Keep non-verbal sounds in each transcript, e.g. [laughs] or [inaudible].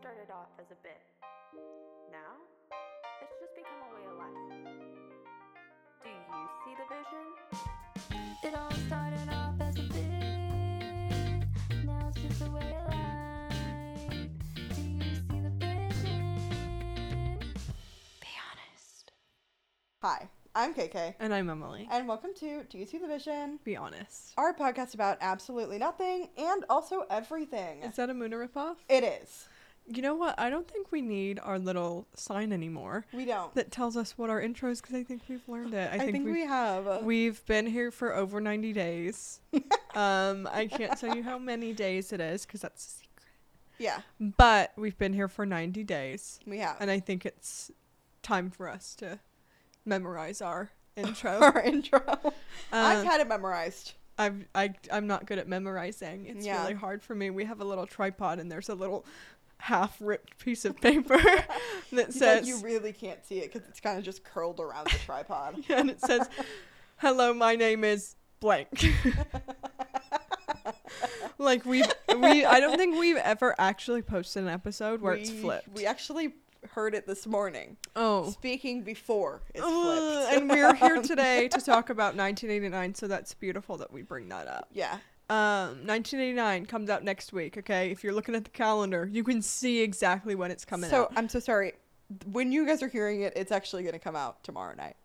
started off as a bit. Now, it's just become a way of life. Do you see the vision? It all started off as a bit. Now it's just a way of life. Do you see the vision? Be honest. Hi, I'm KK, And I'm Emily. and welcome to Do You See the Vision? Be honest. Our podcast about absolutely nothing and also everything. Is that a Muna ripoff? It is. You know what? I don't think we need our little sign anymore We don't. that tells us what our intro is because I think we've learned it. I, I think, we we've, have. we've been here for over [laughs] 90 days. um, I can't tell you how many days it is because that's a secret. yeah, But we've been here for 90 days. we have. And I think it's time for us to [laughs] memorize our intro. Our intro. I've Uh, had it memorized. I've, I, I'm not good at memorizing. It's Yeah. really hard for me. We have a little tripod, and there's a little half ripped piece of paper [laughs] that You said says, you really can't see it because it's kind of just curled around the tripod. [laughs] and it says, Hello, my name is blank. [laughs] like, we, we, I don't think we've ever actually posted an episode [laughs] where it's We- flipped. We actually heard it this morning. oh. Speaking before it's Ugh, flipped. and [laughs] we're here today to talk about 1989, so that's beautiful that we bring that up. yeah. Um, 1989 comes out next week. Okay, if you're looking at the calendar, you can see exactly when it's coming so out. I'm so sorry. When you guys are hearing it, it's actually going to come out tomorrow night.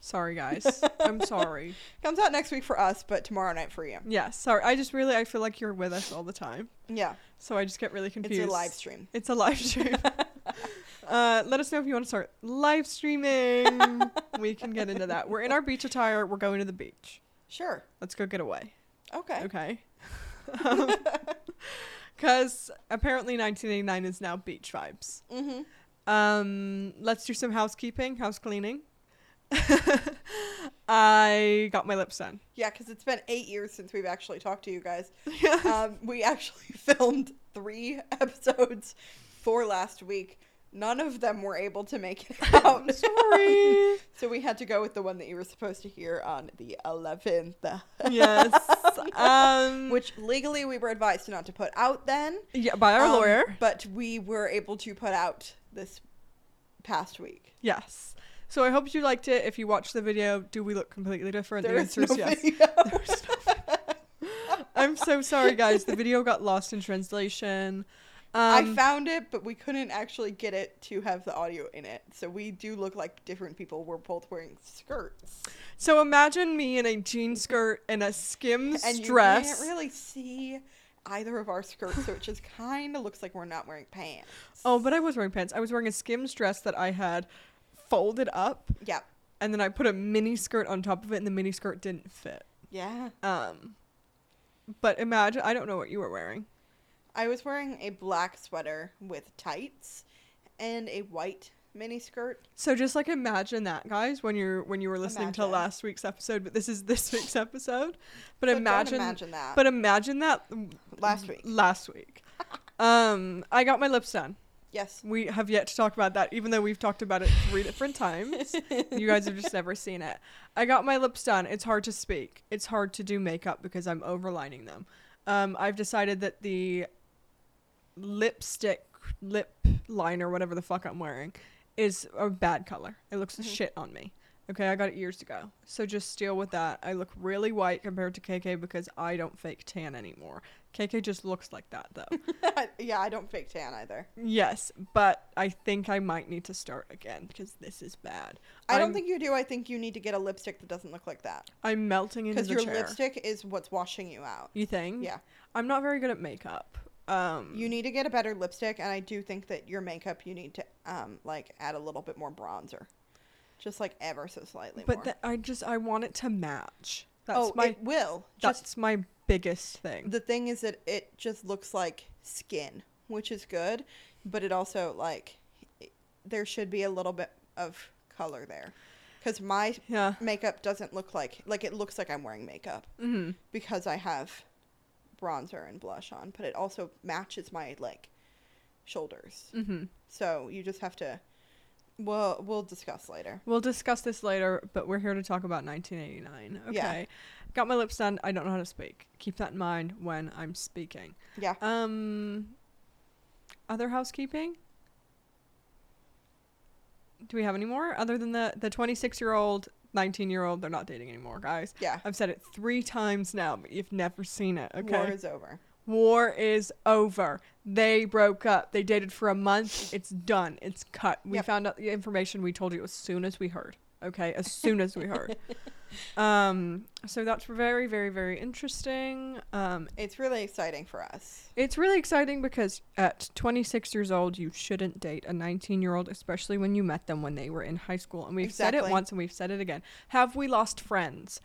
Sorry, guys. [laughs] I'm sorry. Comes out next week for us, but tomorrow night for you. Yeah, sorry. I just really I feel like you're with us all the time, Yeah, so I just get really confused. it's a live stream. It's a live [laughs] stream. uh, let us know if you want to start live streaming. we can get into that. We're in our beach attire. We're going to the beach. Sure. Let's go get away. Okay. [laughs] Okay. Because apparently 1989 is now beach vibes. Mm-hmm. Um, let's do some housekeeping, house cleaning. [laughs] I got my [laughs] lips done. Yeah, because it's been eight years since we've actually talked to you [laughs] guys. um, we actually [laughs] filmed three [laughs] episodes for last week. None of them were able to make it [laughs] out. I'm sorry. so we had to go with the one that you were supposed to hear on the 11th, yes. [laughs] Um, which legally we were advised not to put out then. yeah, by our Um, lawyer. But we were able to put out this past week. Yes. So I hope you liked it. If you watched the video, do we look completely different? There the is answer is no yes. [laughs] video. [laughs] I'm so sorry, guys. The video got lost in translation. Um, I found it, but we couldn't actually get it to have the audio in it. So we do look like different people. We're both wearing skirts. so imagine me in a jean skirt and a Skims And dress. you can't really see either of our skirts, so it just kind of looks like we're not wearing pants. Oh, but I was wearing pants. I was wearing a Skims dress that I had folded up, Yep. and then I put a mini skirt on top of it, and the mini skirt didn't fit. Yeah. Um, but imagine I don't know what you were wearing. I was wearing a black sweater with tights and a white mini skirt. So just like imagine that, guys, when you're when you were listening to Imagine. last week's episode, but this [laughs] is this week's episode. But So don't imagine, imagine that. but imagine that Last week. [laughs] Last week. um, I got my lips done. yes. [laughs] We have yet to talk about that, even though we've talked about it three different times. You guys have just never seen it. I got my lips done. It's hard to speak. It's hard to do makeup because I'm overlining them. Um, I've decided that the lipstick, lip liner, whatever the fuck I'm wearing, is a bad color. It looks shit on me. Okay, I got it years ago. So just deal with that. I look really white compared to KK because I don't fake tan anymore. KK just looks like that though. yeah, I don't fake tan either. Yes, but I think I might need to start again because this is bad. I I'm- don't think you do. I think you need to get a lipstick that doesn't look like that. I'm melting into Because the your chair. lipstick is what's washing you out. you think? Yeah. I'm not very good at makeup. Um, You need to get a better lipstick, and I do think that your makeup you need to um like add a little bit more bronzer, just like ever so slightly. more. but th- I just I want it to match. That's oh, my it will. that's Just my biggest thing. the thing is that it just looks like skin, which is good, but it also like it- there should be a little bit of color there, because my yeah. makeup doesn't look like like it looks like I'm wearing makeup hmm because I have bronzer and blush on, but it also matches my like shoulders. hmm So you just have to. Well, we'll discuss later. We'll discuss this later, but we're here to talk about 1989. Okay. Yeah. Got my lips done. I don't know how to speak. Keep that in mind when I'm speaking. Yeah. Um, other housekeeping? Do we have any more other than the the 26 year old, 19 year old? They're not dating anymore, guys. Yeah. I've said it three times now, but you've never seen it. Okay. War is over. War is over. They broke up. They dated for a month. It's done. It's cut. We Yep. found out the information we told you as soon as we heard. Okay, [laughs] as soon as we heard. Um, so that's very, very, very interesting. Um, It's really exciting for us. it's really exciting because at 26 years old, you shouldn't date a 19 year old, especially when you met them when they were in high school. And we've said Exactly. it once and we've said it again. Have we lost friends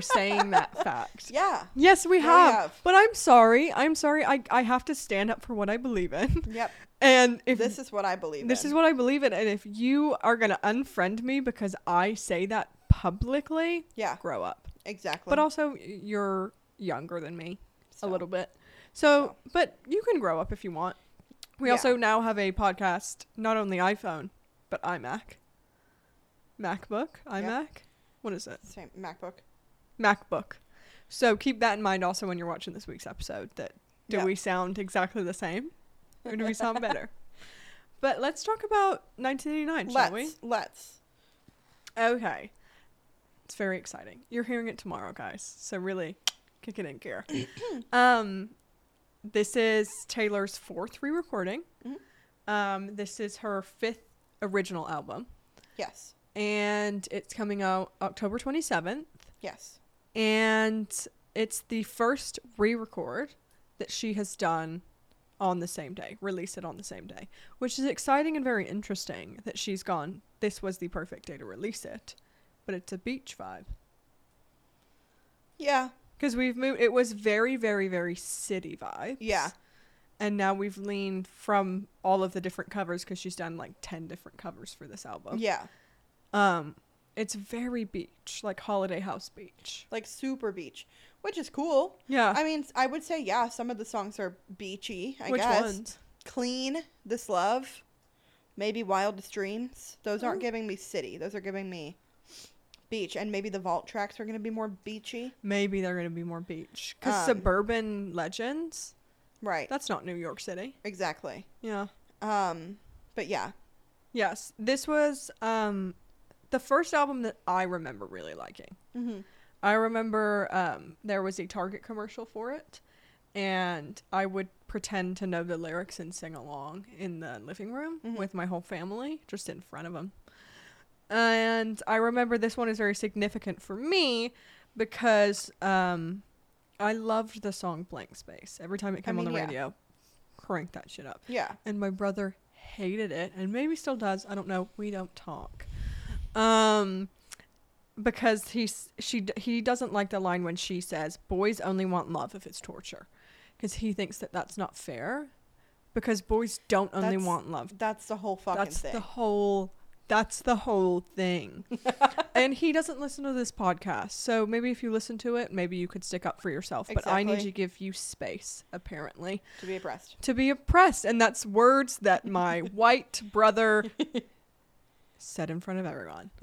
[laughs] saying that fact? Yeah. Yes, we Yeah, we have. have. But I'm sorry. I'm sorry. I, I have to stand up for what I believe in. [laughs] Yep. And if This is what I believe. this in. is what I believe in, and if you are going to unfriend me because I say that publicly, Yeah. grow up. Exactly. But also, you're younger than me So, a little bit. So, but you can grow up if you want. We Yeah. also now have a podcast, not only iPhone, but iMac. MacBook? iMac? What is it? Same MacBook. MacBook. So keep that in mind also when you're watching this week's episode that do Yeah. we sound exactly the same or do we sound [laughs] better? But let's talk about 1989, shall Let's we? let's. Okay. It's very exciting. You're hearing it tomorrow, guys. So really kick it in gear. um this is Taylor's fourth re-recording. Mhm. Um this is her fifth original album Yes. and it's coming out October 27th Yes. and it's the first re-record that she has done on the same day release it on the same day which is exciting and very interesting that she's gone this was the perfect day to release it but it's a beach vibe Yeah. because we've moved it was very very very city vibe Yeah. and now we've leaned from all of the different covers because she's done like 10 different covers for this album Yeah. um it's very beach like holiday house beach Like super beach, which is cool. yeah I mean, I would say yeah. Some of the songs are beachy. I which guess. ones Clean. This love. Maybe wildest dreams. Those aren't Oh. giving me city. Those are giving me beach. And maybe the vault tracks are gonna be more beachy. Maybe they're going to be more beach. Because Um, Suburban Legends, Right. that's not New York City. exactly. Yeah. Um. But yeah. Yes. This was um, the first album that I remember really liking. Mm-hmm. I remember um, there was a Target commercial for it, and I would pretend to know the lyrics and sing along in the living room Mhm. with my whole family, just in front of them. And I remember this one is very significant for me because um, I loved the song Blank Space. Every time it came mean, on the yeah. radio, crank that shit up Yeah. and my brother hated it and maybe still does i don't know we don't talk um because he's she d- he doesn't like the line when she says boys only want love if it's torture because he thinks that that's not fair because boys don't only That's want love That's the whole fucking that's thing. the whole that's the whole [laughs] thing and he doesn't listen to this podcast so maybe if you listen to it maybe you could stick up for yourself but i need Exactly. to give you space apparently to be oppressed. to be oppressed. And that's words that [laughs] my white brother said in front of everyone. [laughs]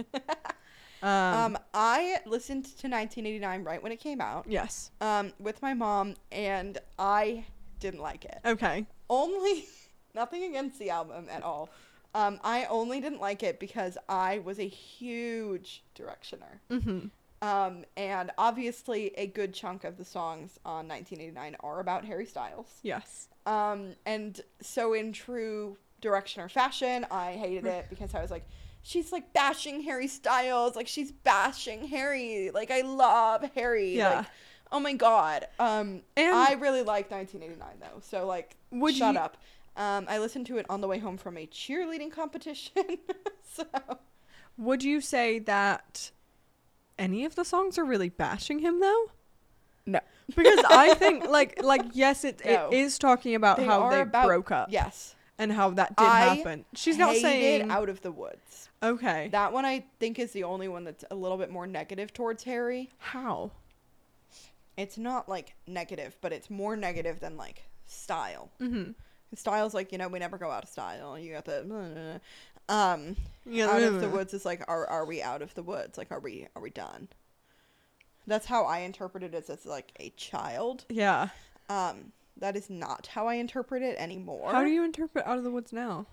Um, Um, I listened to 1989 right when it came out yes. um, with my mom, and I didn't like it. Okay. Only, [laughs] nothing against the album at all. Um, I only didn't like it because I was a huge Directioner. hmm Um, and obviously, a good chunk of the songs on 1989 are about Harry Styles. Yes. Um, and so, in true Directioner fashion, I hated it because I was like, she's like bashing Harry Styles. Like, she's bashing Harry. Like, I love Harry. Yeah. Like, oh my God. Um, And- I really liked 1989, though. So, like, Would shut you- up. Um, I listened to it on the way home from a cheerleading competition. [laughs] so, Would you say that any of the songs are really bashing him though? No. Because I [laughs] think like like yes it, No. it is talking about They how are they about- broke up yes. and how that did I happen. She's not Hated saying Out of the Woods. okay. That one I think is the only one that's a little bit more negative towards Harry. how? it's not like negative, but it's more negative than like style. Mhm. Style's like, you know, we never go out of style. You got the um out of the woods is like are are we out of the woods? Like are we are we done? That's how I interpreted it as like a child. Yeah. Um That is not how I interpret it anymore. How do you interpret Out of the Woods now?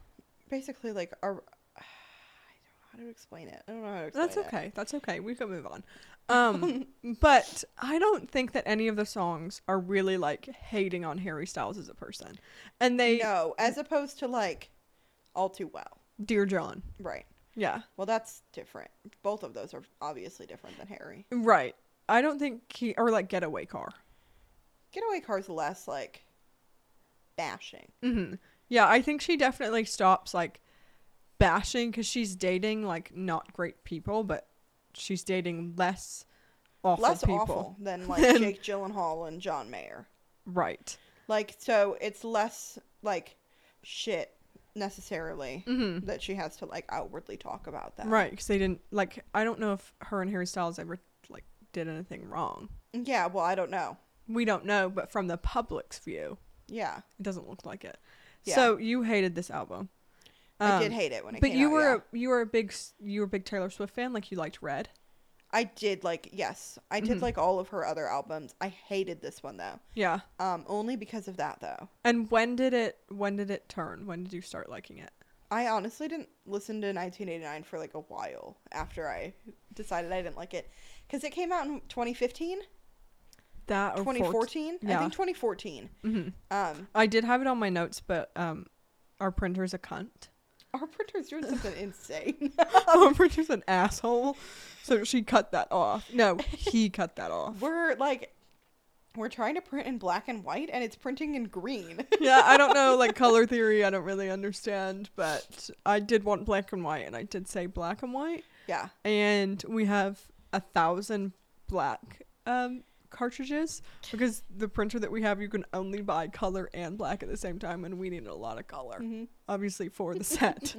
basically like our [sighs] I don't know how to explain it. I don't know how to explain That's it. okay. That's okay. We can [laughs] move on. Um, but I don't think that any of the songs are really like hating on Harry Styles as a person. And they, No, as opposed to like all too well. Dear John. Right. Yeah. Well, that's different. Both of those are obviously different than Harry. Right. I don't think he, or like Getaway Car. Getaway car's less like bashing. hmm Yeah. I think she definitely stops like bashing because she's dating like not great people, but she's dating less awful less people. awful [laughs] than like Than- Jake Gyllenhaal and John Mayer. Right. Like so it's less like shit necessarily Mm-hmm. that she has to like outwardly talk about that. Right, because they didn't like. I don't know if her and Harry Styles ever like did anything wrong. Yeah, well, I don't know. We don't know, but from the public's view, Yeah. it doesn't look like it. Yeah. So you hated this album. I Um, did hate it when it but came you out, were yeah. a, you were a big s- you were a big Taylor Swift fan. Like you liked Red. I did like yes, I did Mhm. like all of her other albums. I hated this one though, Yeah. um, only because of that though. And when did it when did it turn? When did you start liking it? I honestly didn't listen to 1989 for like a while after I decided I didn't like it because it came out in 2015, That or 2014. I Oh, yeah. think 2014. Mhm. Um, I did have it on my notes, but um, our printer's a cunt. [laughs] our printer's doing something insane. Oh. our printer's an asshole, so she cut that off. No, he cut that off. We're like, we're trying to print in black and white, and it's printing in green. [laughs] yeah, I don't know, like color theory, I don't really understand, but I did want black and white, and I did say black and white, [laughs] yeah, and we have a thousand black um, cartridges because the printer that we have, you can only buy color and black at the same time, and we needed a lot of color, Mhm. obviously for the set.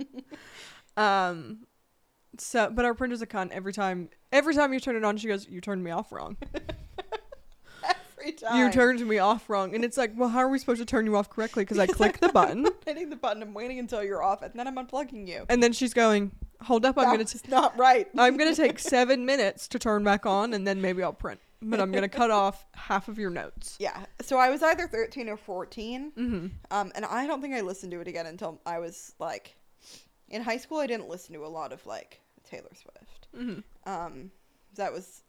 um, so, but our printer's a con. Every time, every time you turn it on, she goes, "You turned me off wrong." every time You turned me off wrong. And it's like, well, how are we supposed to turn you off correctly? Because I click the button. hitting the button. I'm waiting until you're off, and then I'm unplugging you. And then she's going, hold up, I'm That gonna was t- not right. [laughs] I'm gonna take seven minutes to turn back on, and then maybe I'll print. But I'm gonna cut off half of your [laughs] notes. Yeah. So I was either 13 or 14. Mm-hmm. Um, and I don't think I listened to it again until I was like in high school. I didn't listen to a lot of like Taylor Swift. Mm-hmm. Um, that was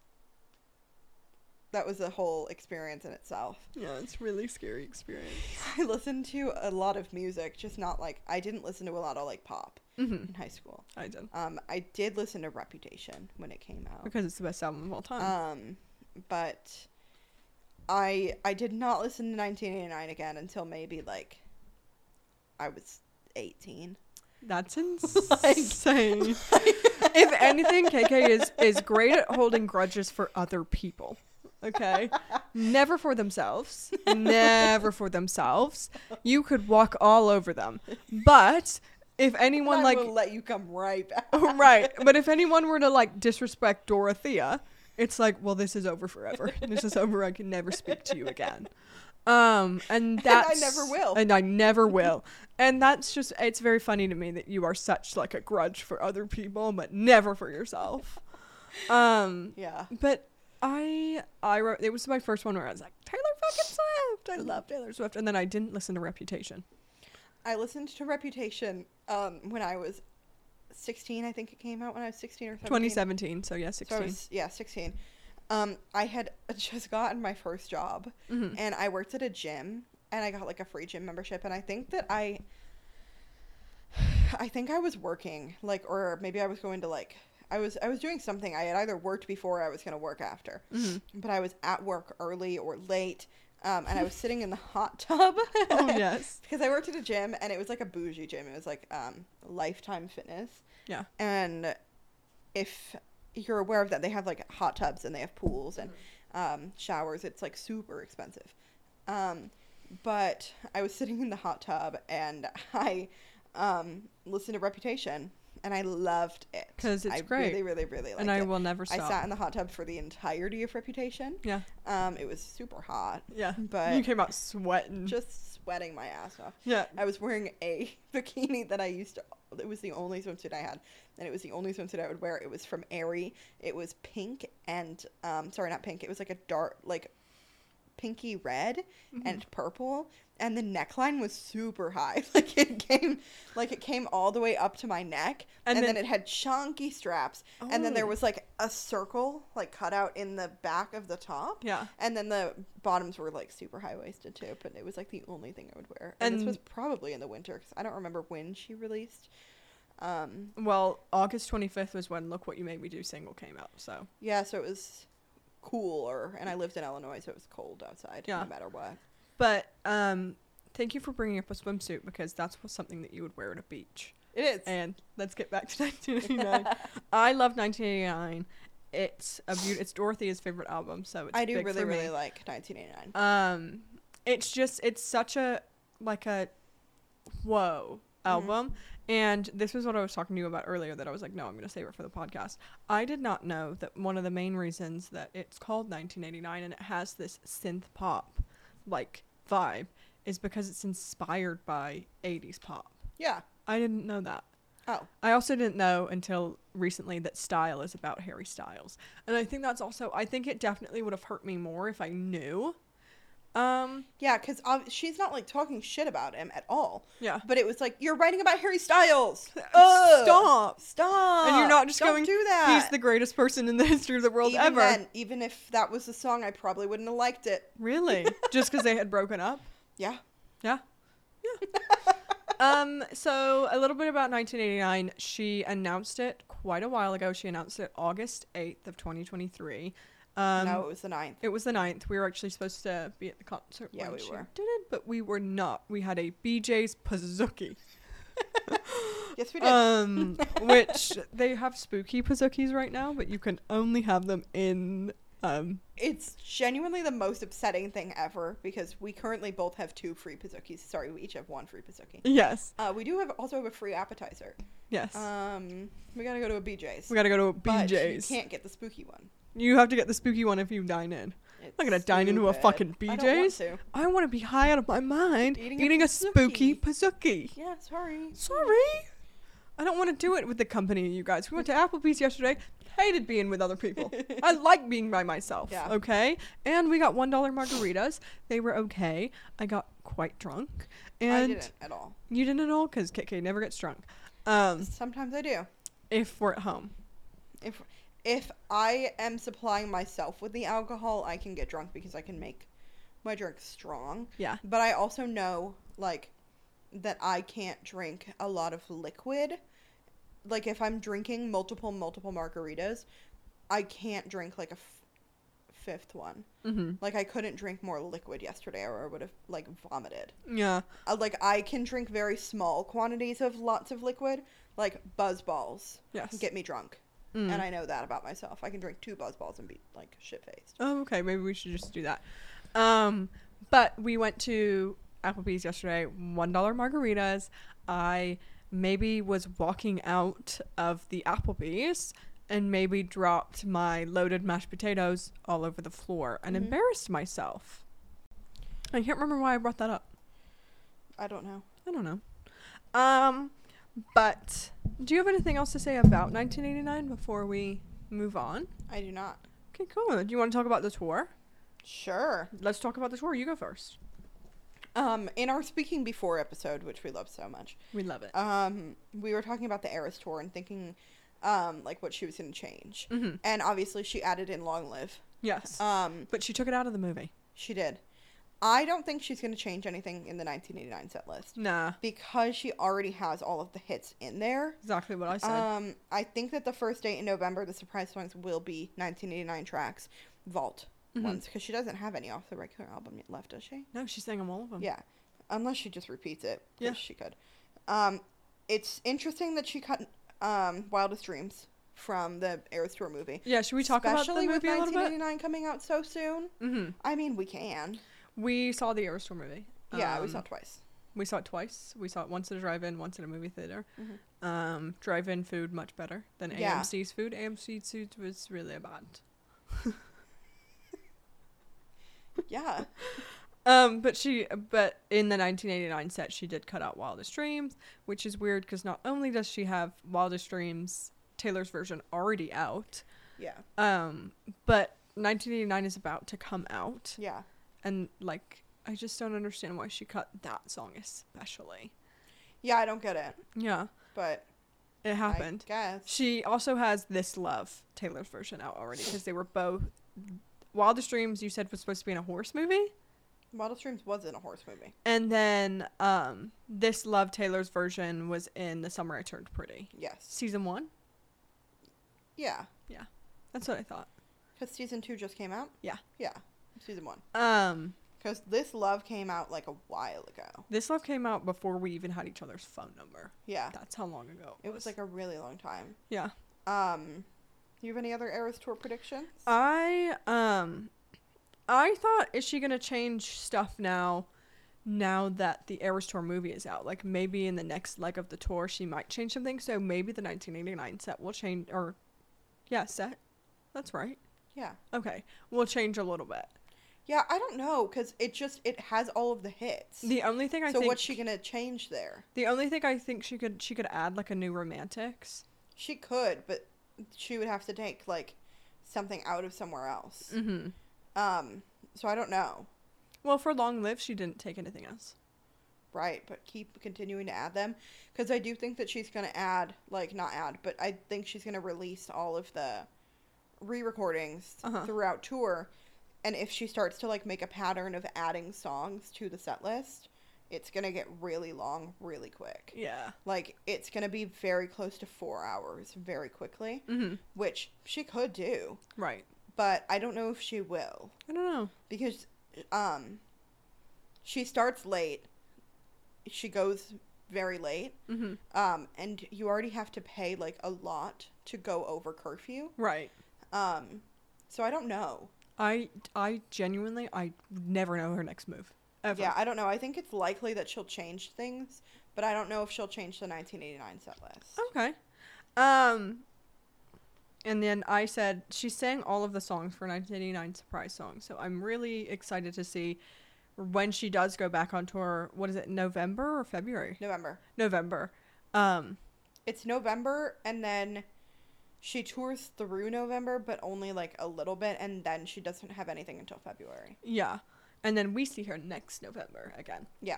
that was a whole experience in itself. [laughs] Yeah, it's really scary experience. I listened to a lot of music, just not like I didn't listen to a lot of like pop Mm-hmm. in high school. I did Um, I did listen to Reputation when it came out. because it's the best album of all time. Um, but I I did not listen to 1989 again until maybe like I was 18. That's [laughs] insane. if anything, KK is is great at holding grudges for other people. Okay, never for themselves. Never for themselves. You could walk all over them, but if anyone One like like will let you come right back. Oh, [laughs] right. But if anyone were to like disrespect Dorothea, it's like, well, this is over forever. This is over. I can never speak to you again. Um, and that's never will. And I never will. And that's just it's very funny to me that you are such like a grudge for other people, but never for yourself. Um, Yeah. but I I wrote it was my first one where I was like Taylor fucking Swift. I love Taylor Swift, and then I didn't listen to Reputation. I listened to Reputation um when I was 16. I think it came out when I was 16 or 17. 2017, so yeah, So I [laughs] 16. was, yeah, 16. Um, I had [laughs] just gotten my first job Mhm. and I worked at a gym and I got like a free gym membership and I think that I [sighs] I think I was working like or maybe I was going to like I was I was doing something. I had either worked before or I was going to work after. Mm-hmm. But I was at work early or late um, and I was sitting in the hot tub. Oh [laughs] yes, because I worked at a gym and it was like a bougie gym. It was like um, Lifetime Fitness. yeah. And if you're aware of that, they have like hot tubs and they have pools and um, showers. It's like super expensive. Um, but I was [laughs] sitting in the hot tub and I um, listened to Reputation and I loved it 'Cause it's I great. Really, really, really liked and I it. will never I stop. sat in the hot tub for the entirety of Reputation. yeah, Um, it was super hot, yeah. you but came out sweating. just sweating my ass off. yeah, I was wearing a [laughs] bikini that I used to. It was the only swimsuit I had, and it was the only swimsuit I would wear. It was from Aerie. It was pink and um, sorry, not pink. It was like a dark, like pinky red and purple, and the neckline was super high. [laughs] Like it came, like it came all the way up to my neck, And and, then- then, it had chunky straps, and then Oh. there was like a circle like cut out in the back of the top. Yeah. And then the bottoms were like super high waisted too, but it was like the only thing I would wear. And, this And- was probably in the winter because I don't remember when she released. Um, Well, August 25th was when Look What You Made Me Do single came out. So, yeah, so it was cooler, and I lived in Illinois, so it was cold outside Yeah. no matter what. but um, thank you for bringing up a swimsuit because that's what- something that you would wear at a beach. It is. [laughs] And let's get back to 1989. I love 1989. It's a beaut- It's Dorothea's favorite album, so it's I do big really, for me. really like 1989. um it's just it's such a like a whoa album and this was what i was talking to you about earlier that i was like no i'm going to save it for the podcast i did not know that one of the main reasons that it's called 1989 and it has this synth pop like vibe is because it's inspired by 80s pop yeah. i didn't know that Oh, I also didn't know until recently that style is about Harry Styles. And I think that's also I think it definitely would have hurt me more if I knew. Um yeah, because she's not like talking shit about him at all. yeah. But it was like you're writing about Harry [laughs] Styles. Stop. Stop. And you're not just Don't going do that. He's the greatest person in the [laughs] history of the world even ever. Then, even if that was the song, I probably wouldn't have liked it. Really? [laughs] just cuz they had broken up? Yeah. [laughs] Yeah. Yeah. um, so a little bit about 1989. She announced it quite a while ago. She announced it August 8th of 2023. Um, no, it was the ninth. It was the 9th. We were actually supposed to be at the concert. Yeah, when we she were. Did it, but we were not. We had a BJ's Pazookie. Yes, we did. Um, [laughs] which they have spooky Pazookies right now, but you can only have them in. Um, it's genuinely the most upsetting thing ever because we currently both have two free Pizookies. Sorry, we each have one free Pizookie. yes, Uh, we do have also have a free appetizer. yes. Um, we gotta go to a BJ's. we gotta go to a but BJ's. You You, can't get the spooky one. have to get the spooky one if you dine in. It's I'm not gonna dine into a stupid. fucking I don't want BJ's. to. I want to be high out of my mind eating, Eating a a, spooky Pazookie. Yeah, sorry. Sorry. I don't want to do it with the company, you guys. We went to Applebee's yesterday. Hated being with other people. [laughs] I like being by myself. Yeah. Okay. And we got one dollar margaritas. They were okay. I got quite drunk. And I didn't at all. you didn't at all because Kit K never gets drunk. Um, Sometimes I do. if we're at home. If if I am supplying myself with the alcohol, I can get drunk because I can make my drink strong. Yeah. But I also know like that I can't drink a lot of liquid. Like if I'm drinking multiple multiple margaritas, I can't drink like a f- fifth one. hmm Like I couldn't drink more liquid yesterday or I would have like vomited. Yeah. Uh, like I can drink very small quantities of lots of liquid, like buzz balls. Yes. Get me drunk. Mm. And I know that about myself. I can drink two buzz balls and be like shit faced. Oh, okay. Maybe we should just do that. Um, but we went to Applebee's yesterday, one dollar margaritas. I maybe was walking out of the Applebee's and maybe dropped my loaded mashed potatoes all over the floor and Mhm. embarrassed myself. I can't remember why I brought that up. I don't know. I don't know. Um, but do you have anything else to say about 1989 before we move on? I do not. Okay, cool. Do you want to talk about the tour? Sure. Let's talk about the tour. You go first. Um, in our speaking before episode, which we love so much, We love it. um, we were talking about the Eras tour and thinking, um, like what she was gonna change. hmm And obviously, she added in Long Live. Yes. Um, Uh, but she took it out of the movie. she did. I don't think she's gonna change anything in the 1989 set list. Nah. because she already has all of the hits in there. Exactly what I said. Um, I think that the first date in November, the surprise songs will be 1989 tracks, vault Mhm. ones, because she doesn't have any off the regular album yet left, does she? no, she sang them all of them. Yeah, unless she just repeats it. Oh. Yeah. Yeah, she could. Um, it's interesting that she cut um, "Wildest Dreams" from the Eras Tour movie. Yeah. Should we talk about the Especially movie a with little bit? 1989 coming out so soon. hmm I mean, we can. We saw the Aerosol movie. Yeah, we Um, saw it twice. We saw it twice. We saw it once at a drive-in, once at a movie theater. Mhm. Um, drive-in food much better than Yeah. AMC's food. AMC's food was really bad. [laughs] Yeah, Um, but she, but in the 1989 set, she did cut out Wildest Dreams, which is weird because not only does she have Wildest Dreams Taylor's version already out, yeah, Um, but 1989 is about to come out, yeah. and like I just don't understand why she cut that song especially. Yeah, I don't get it, Yeah, but it happened. I guess. She also has this love Taylor's version out already because they were both Wildest Dreams. You said was supposed to be in a horse movie, Model Streams was in a horse movie. and then um, this love Taylor's version was in The Summer I Turned Pretty, Yes. season one. Yeah. That's what I thought. Because season two just came out? Yeah. Yeah. Season one. Um, Because This Love came out like a while ago. this love came out before we even had each other's phone number. Yeah. That's how long ago It was like a really long time. yeah. Um, you have any other Eras Tour predictions? Uh, I um I thought is she gonna change stuff now now that the Eras Tour movie is out? Like maybe in the next leg of the tour she might change something. So maybe the nineteen eighty nine set will change or yeah, set. That's right. yeah. Okay. We'll change a little bit. Yeah, I don't know. Because it just, it has all of the hits. The only thing I so think what's she going to change there? the only thing I think she could she could add like a new romantics. She could, but she would have to take like something out of somewhere else. Mm-hmm. Um, so I don't know. Well, for long live she didn't take anything else. Right, but keep continuing to add them because I do think that she's going to add, like, not add, but I think she's going to release all of the re recordings Uh-huh. throughout tour. And if she starts to, like, make a pattern of adding songs to the set list, it's going to get really long really quick. Yeah. Like, it's going to be very close to four hours very quickly, Mm-hmm. which she could do, Right. but I don't know if she will I don't know. because um she starts late she goes very late Mm-hmm. um and you already have to pay like a lot to go over curfew Right. um so i don't know I I genuinely I would never know her next move ever. yeah i don't know i think it's likely that she'll change things but i don't know if she'll change the 1989 set list Okay. Um. And then I said she sang all of the songs for 1989 surprise song, so I'm really excited to see when she does go back on tour. What is it, November or February? november November. Um. it's november and then she tours through november but only like a little bit and then she doesn't have anything until february Yeah. And then we see her next November again. Yeah.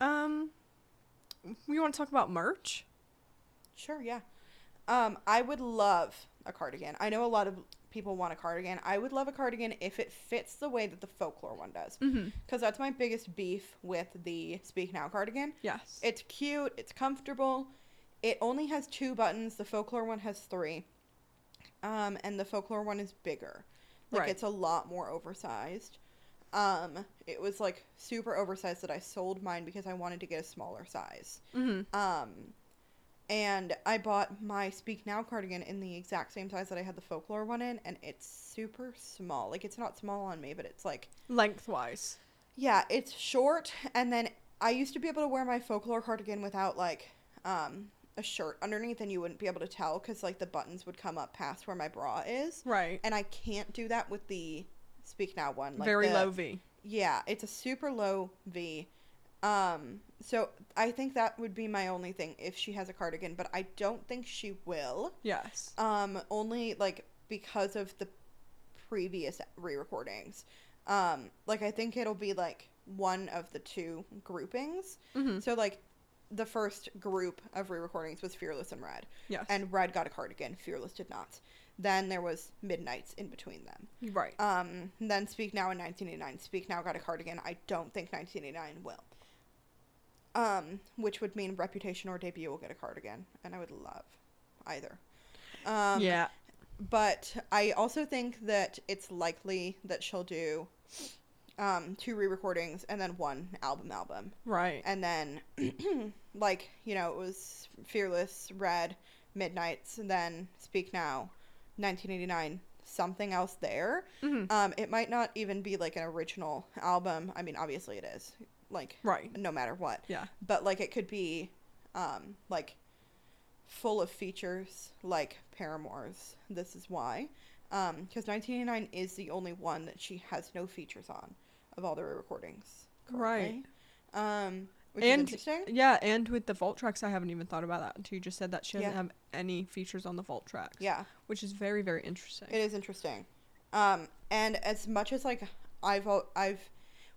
Um. We want to talk about merch. Sure, yeah. Um, I would love a cardigan. I know a lot of people want a cardigan. I would love a cardigan if it fits the way that the folklore one does. Mm-hmm. Because that's my biggest beef with the Speak Now cardigan. Yes. It's cute, it's comfortable. It only has two buttons, the folklore one has three. Um, and the folklore one is bigger. Like Right. it's a lot more oversized. Um, it was like super oversized that I sold mine because I wanted to get a smaller size. mm-hmm. Um, and I bought my Speak Now cardigan in the exact same size that I had the folklore one in, and it's super small. Like it's not small on me, but it's like lengthwise. yeah, it's short. And then I used to be able to wear my folklore cardigan without like um a shirt underneath, and you wouldn't be able to tell because like the buttons would come up past where my bra is, Right. and I can't do that with the Speak Now one. Like Very the- low V. yeah, it's a super low V. Um, so I think that would be my only thing if she has a cardigan, but I don't think she will. Yes. Um, only like because of the previous re-recordings. Um, like I think it'll be like one of the two groupings. Mm-hmm. So like the first group of re-recordings was Fearless and Red, Yes. and Red got a cardigan, Fearless did not. Then there was Midnight's in between them. right. Um, then Speak Now in 1989. Speak Now got a cardigan. I don't think 1989 will. Um, which would mean Reputation or Debut will get a cardigan, and I would love either. Um, yeah. But I also think that it's likely that she'll do um, two re-recordings and then one album album, Right. and then [clears throat] like you know it was Fearless, Red, Midnight's, and then Speak Now, 1989, something else there. Mhm. Um, it might not even be like an original album. I mean, obviously it is. Like Right. no matter what. Yeah. But like it could be um like full of features like Paramore's This Is Why. Um, cuz 1989 is the only one that she has no features on of all the recordings. Right. currently. Um which And- is interesting. Yeah, and with the vault tracks, I haven't even thought about that until you just said that she doesn't Yeah. have any features on the vault tracks. Yeah. Which is very, very interesting. It is interesting. Um, and as much as like I've al- I've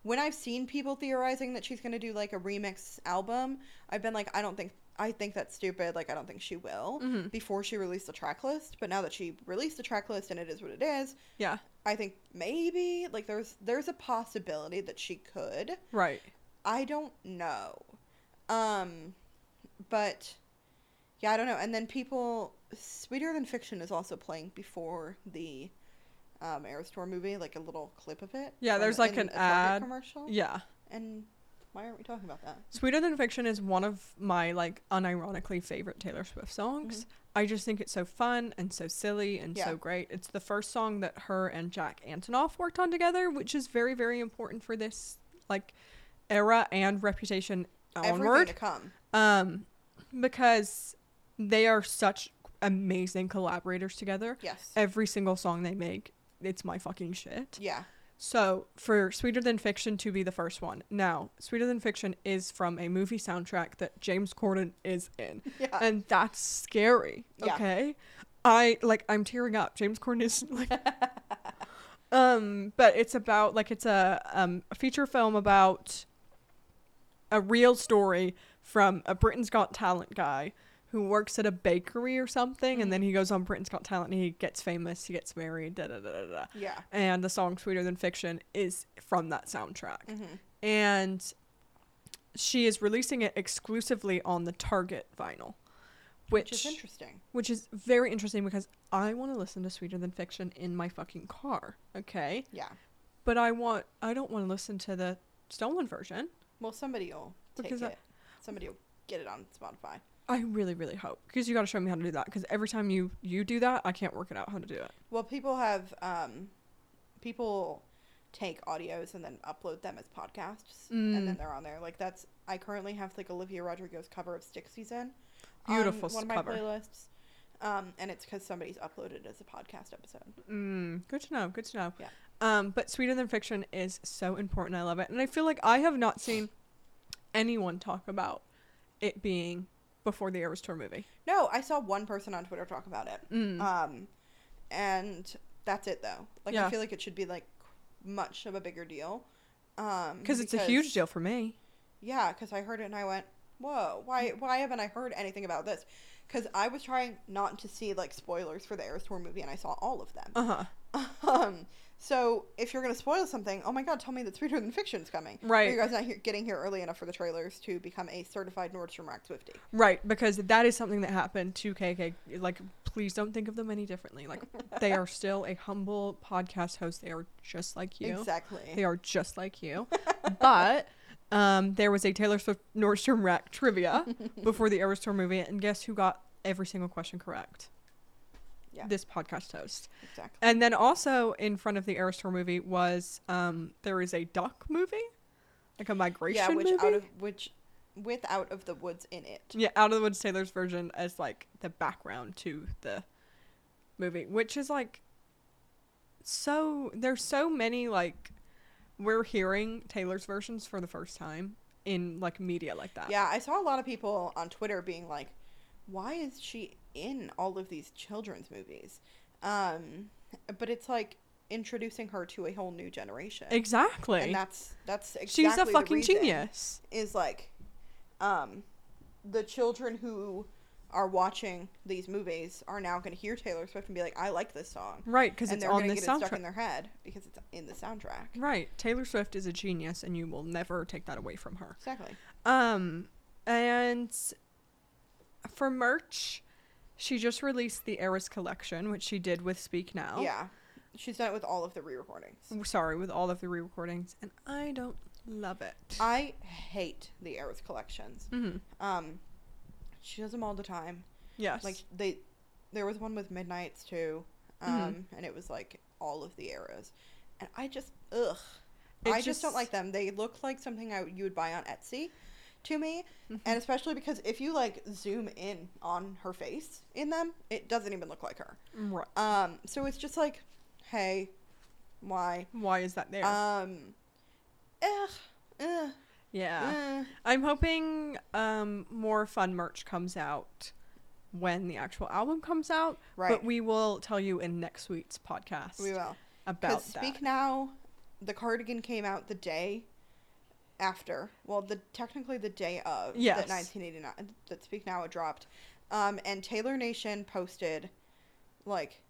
when I've seen people theorizing that she's gonna do like a remix album, I've been like, I don't think I think that's stupid. Like I don't think she will Mhm. before she released the track list. But now that she released the track list and it is what it is, Yeah. I think maybe like there's there's a possibility that she could. Right. I don't know. Um but yeah, I don't know. And then people Sweeter Than Fiction is also playing before the um Aerostar movie, like a little clip of it. Yeah, from- there's, like, in an a Target ad. commercial. Yeah. And why aren't we talking about that? Sweeter Than Fiction is one of my like unironically favorite Taylor Swift songs. I just think it's so fun and so silly and Mm-hmm. Yeah. so great. It's the first song that her and Jack Antonoff worked on together, which is very very important for this like era and reputation Everything to onward. come. Um because they are such amazing collaborators together. Yes. Every single song they make, it's my fucking shit. yeah. So, for Sweeter Than Fiction to be the first one. Now, Sweeter Than Fiction is from a movie soundtrack that James Corden is in. [laughs] Yeah. And that's scary, Yeah. okay? I like I'm tearing up. James Corden is [laughs] [laughs] like um but it's about like it's a um a feature film about a real story from a Britain's Got Talent guy who works at a bakery or something Mm-hmm. and then he goes on Britain's Got Talent and he gets famous, he gets married, da da da da da yeah. and the song Sweeter Than Fiction is from that soundtrack. Mhm. And she is releasing it exclusively on the Target vinyl, which Which is interesting. which is very interesting because I want to listen to Sweeter Than Fiction in my fucking car, okay? Yeah. But I want I don't want to listen to the stolen version. Well somebody'll take Because I- it. Somebody'll get it on Spotify. I really really hope because you got to show me how to do that because every time you you do that, I can't work it out how to do it. Well, people have um, people take audios and then upload them as podcasts, and then Mm. they're on there. Like that's I currently have like Olivia Rodrigo's cover of "Stick Season," Beautiful on one of my cover. playlists, um, and it's because somebody's uploaded it as a podcast episode. Mm, good to know. Good to know. Yeah. Um, but Sweeter Than Fiction is so important. I love it, and I feel like I have not seen anyone talk about it being before the Eras Tour movie. No, I saw one person on Twitter talk about it, Mm. um, and that's it though. Like Yeah. I feel like it should be like much of a bigger deal. Um, because it's a huge deal for me. Yeah, because I heard it and I went, "Whoa, why Mm. why haven't I heard anything about this?" Because I was trying not to see like spoilers for the Aerostorm movie, and I saw all of them. Uh huh. Um, so if you're gonna spoil something, oh my god, tell me that Sweeter Than Fiction's coming. Are Right. you guys not here, getting here early enough for the trailers to become a certified Nordstrom Rack Swifty? Right, because that is something that happened to KK. Like, please don't think of them any differently. Like, they are still a humble podcast host. They are just like you. Exactly. They are just like you. but [laughs] um, there was a Taylor Swift Nordstrom [laughs] Rack trivia before the Eras Tour movie, and guess who got every single question correct? Yeah. This podcast host. Exactly. And then also in front of the Eras Tour movie was um, there is a duck movie, like a migration Yeah, which movie. out of which, with Out of the Woods in it. yeah, out of the woods Taylor's version as like the background to the movie, which is like so there's so many like we're hearing Taylor's versions for the first time in like media like that. Yeah, I saw a lot of people on Twitter being like, "Why is she in all of these children's movies?" Um, but it's like introducing her to a whole new generation, Exactly. and that's that's exactly She's a the fucking reason genius. Is like, um, the children who are watching these movies are now going to hear Taylor Swift and be like, "I like this song," Right, because and it's they're on gonna the get it stuck in soundtrack. their head because it's in the soundtrack. Right. Taylor Swift is a genius and you will never take that away from her. Exactly. Um, and for merch, she just released the Eras collection, which she did with Speak Now. Yeah, she's done it with all of the re-recordings. I'm Sorry, with all of the re-recordings, and I don't love it. I hate the Eras collections. hmm Um, she does them all the time. Yes. Like they, there was one with Midnight's too, um, Mhm. and it was like all of the eras, and I just ugh, It I just, don't just- like them. They look like something I you would buy on Etsy, to me, Mm-hmm. and especially because if you like zoom in on her face in them, it doesn't even look like her. Right. Um, so it's just like, hey, why? Why is that there? Um, ugh, ugh, yeah. ugh. I'm hoping um, more fun merch comes out when the actual album comes out. Right. But we will tell you in next week's podcast we will. about Because that. Speak Now the cardigan came out the day after. Well, the technically the day of Yes. that 1989 that Speak Now it dropped. Um, and Taylor Nation posted like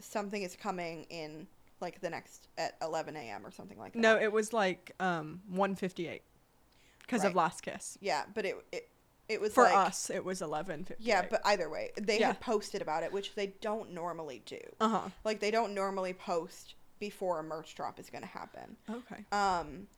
something is coming in like the next at 11 a.m. or something like that. No, it was like um 158 because of Right. Last Kiss. yeah, but it it, it was For like, us, it was 11:58. Yeah, but either way, they Yeah. had posted about it, which they don't normally do. uh huh. Like they don't normally post before a merch drop is going to happen. Okay. Um,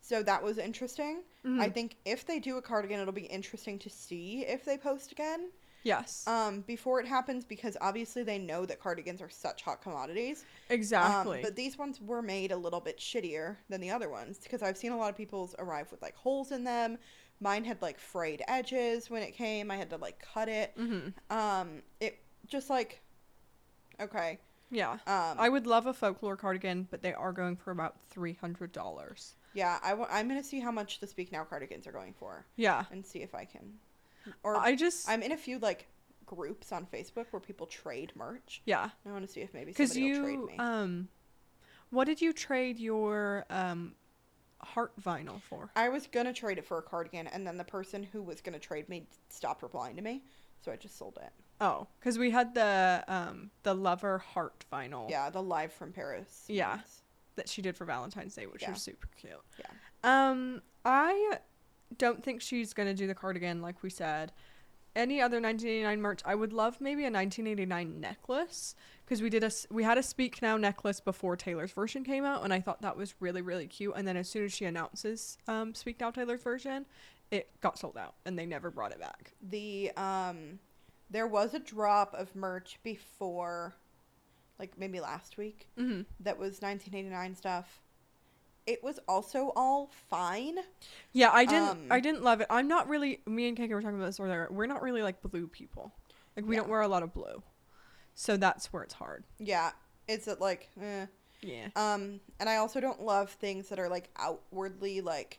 so that was interesting. I Mhm. think if they do a cardigan, it'll be interesting to see if they post again Yes. um, before it happens because obviously they know that cardigans are such hot commodities. exactly. Um, but these ones were made a little bit shittier than the other ones because I've seen a lot of people's arrive with like holes in them. Mine had like frayed edges when it came. I had to like cut it. hmm Um, it just like okay. Yeah. Um, I would love a folklore cardigan, but they are going for about three hundred dollars. yeah. I w- I'm gonna see how much the Speak Now cardigans are going for Yeah. and see if I can. Or I just I'm in a few like groups on Facebook where people trade merch. yeah, I want to see if maybe because somebody will trade you me. um, what did you trade your um, heart vinyl for? I was gonna trade it for a cardigan, and then the person who was gonna trade me stopped replying to me, so I just sold it. Oh, because we had the um the lover heart vinyl Yeah, the live from Paris. Yeah. ones. that she did for Valentine's Day, which Yeah. was super cute. Yeah. Um, I don't think she's gonna do the cardigan like we said. Any other 1989 merch? I would love maybe a 1989 necklace because we did a s- we had a Speak Now necklace before Taylor's version came out, and I thought that was really really cute. And then as soon as she announces um, Speak Now Taylor's version, it got sold out, and they never brought it back. The um, there was a drop of merch before, like maybe last week, Mm-hmm. that was 1989 stuff. It was also all fine. Yeah, I didn't. Um, I didn't love it. I'm not really. Me and Keiko were talking about this earlier. We're not really like blue people. Like we don't Yeah. wear a lot of blue, so that's where it's hard. Yeah, it's at like. Eh. Yeah. Um, and I also don't love things that are like outwardly like.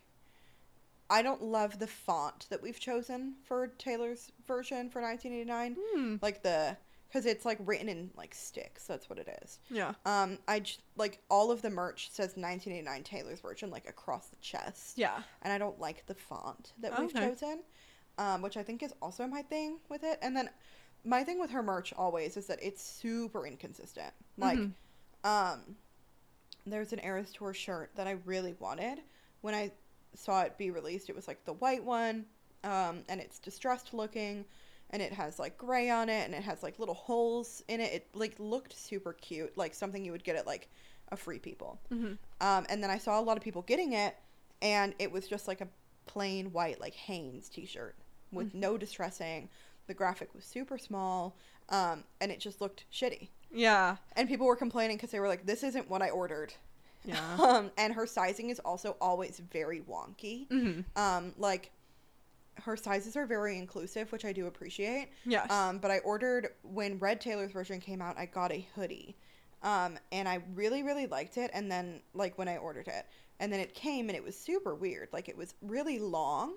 I don't love the font that we've chosen for Taylor's version for 1989, Hmm. like the because it's like written in like sticks. That's what it is. Yeah. Um, I j- like all of the merch says 1989 Taylor's version like across the chest. Yeah. and I don't like the font that we've Okay. chosen, um, which I think is also my thing with it. And then my thing with her merch always is that it's super inconsistent. Like, Mhm. um, there's an Eras Tour shirt that I really wanted. When I saw it be released, it was like the white one, um, and it's distressed looking, and it has like gray on it, and it has like little holes in it. It like looked super cute, like something you would get at like a Free People. Mhm. Um, and then I saw a lot of people getting it, and it was just like a plain white, like Hanes t shirt with no distressing. The graphic was super small, um, and it just looked shitty. Yeah. And people were complaining because they were like, this isn't what I ordered. Yeah. [laughs] Um, and her sizing is also always very wonky. hmm Um, like, her sizes are very inclusive, which I do appreciate. Yes. Um, but I ordered when Red Taylor's version came out, I got a hoodie. Um, and I really, really liked it. And then, like, when I ordered it, and then it came and it was super weird. Like, it was really long.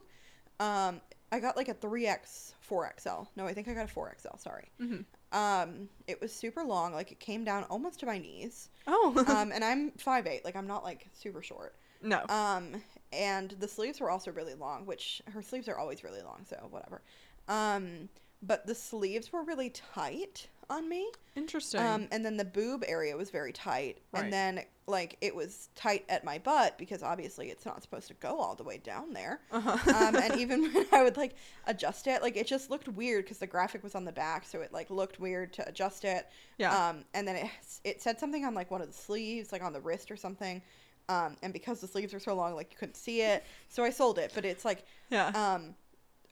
Um, I got like a 3X, 4XL. No, I think I got a 4XL, sorry. Mhm. Um, it was super long. Like, it came down almost to my knees. oh. [laughs] Um, and I'm 5'8. Like, I'm not like super short. no. Um, and the sleeves were also really long, which her sleeves are always really long, so whatever. Um, but the sleeves were really tight on me. Interesting. Um, and then the boob area was very tight. Right. And then, like, it was tight at my butt because obviously it's not supposed to go all the way down there. uh-huh. Um, [laughs] and even [laughs] when I would, like, adjust it, like, it just looked weird because the graphic was on the back, so it, like, looked weird to adjust it. yeah. Um, and then it it said something on like one of the sleeves, like on the wrist or something. Um, and because the sleeves were so long, like you couldn't see it, so I sold it. But it's like, yeah. um,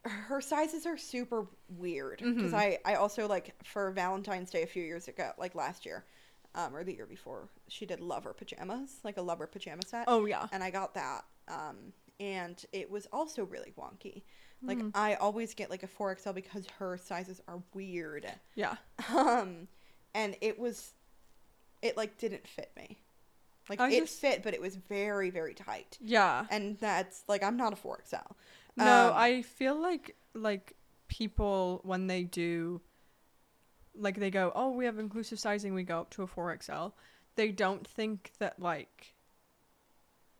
her sizes are super weird. Because Mhm. I I also like for Valentine's Day a few years ago, like last year, um, or the year before, she did lover pajamas, like a lover pajama set oh yeah. and I got that. Um, and it was also really wonky. Like Hmm. I always get like a 4XL because her sizes are weird. Yeah. Um, and it was, it like didn't fit me. Like I it just- fit, but it was very very tight. Yeah. And that's like I'm not a 4XL. No, Um, I feel like like people when they do like they go, "Oh, we have inclusive sizing, we go up to a 4XL." They don't think that like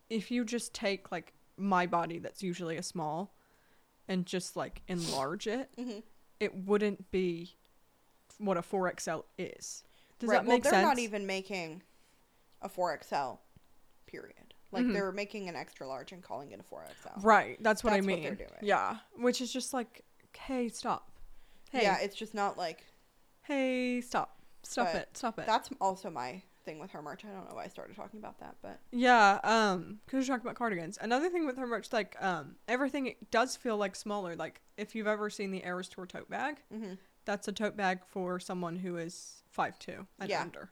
if you just take like my body that's usually a small and just like enlarge it, Mhm. it wouldn't be what a 4XL is. Does right. that make well, they're sense? not even making a 4XL, period. Like Mhm. they're making an extra large and calling it a 4XL. right. That's what I That's what mean. they're doing. Yeah. Which is just like, hey, stop. Hey, Yeah, it's just not like hey, stop. Stop But it. Stop it. that's also my thing with her merch. I don't know why I started talking about that, but Yeah, um, because you're talking about cardigans. Another thing with her merch, like, um, everything it does feel like smaller. Like, if you've ever seen the Eras Tour tote bag, hmm that's a tote bag for someone who is 5'2 and Yeah. under.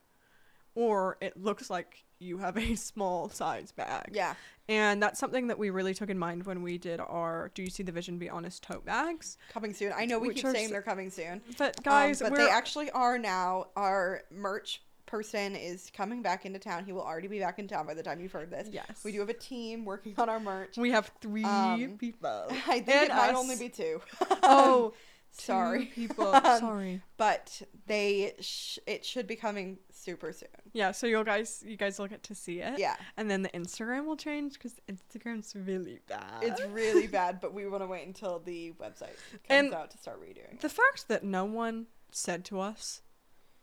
Or it looks like you have a [laughs] small size bag. yeah, And that's something that we really took in mind when we did our Do You See the Vision Be Honest tote bags. coming soon. I know we Which keep are saying s- they're coming soon, But, Um, guys, but we're. they actually are now. Our merch person is coming back into town. He will already be back in town by the time you've heard this. yes. We do have a team working on our merch. We have three Um, people. [laughs] I think And it might us. only be two. [laughs] Um, Oh, two [laughs] sorry. people. [laughs] Um, sorry. but they sh- it should be coming super soon. Yeah, so you guys, you guys will get to see it. Yeah, And then the Instagram will change because Instagram's really bad. it's really bad, but we want to wait until the website comes [laughs] And- out to start redoing. it. the fact that no one said to us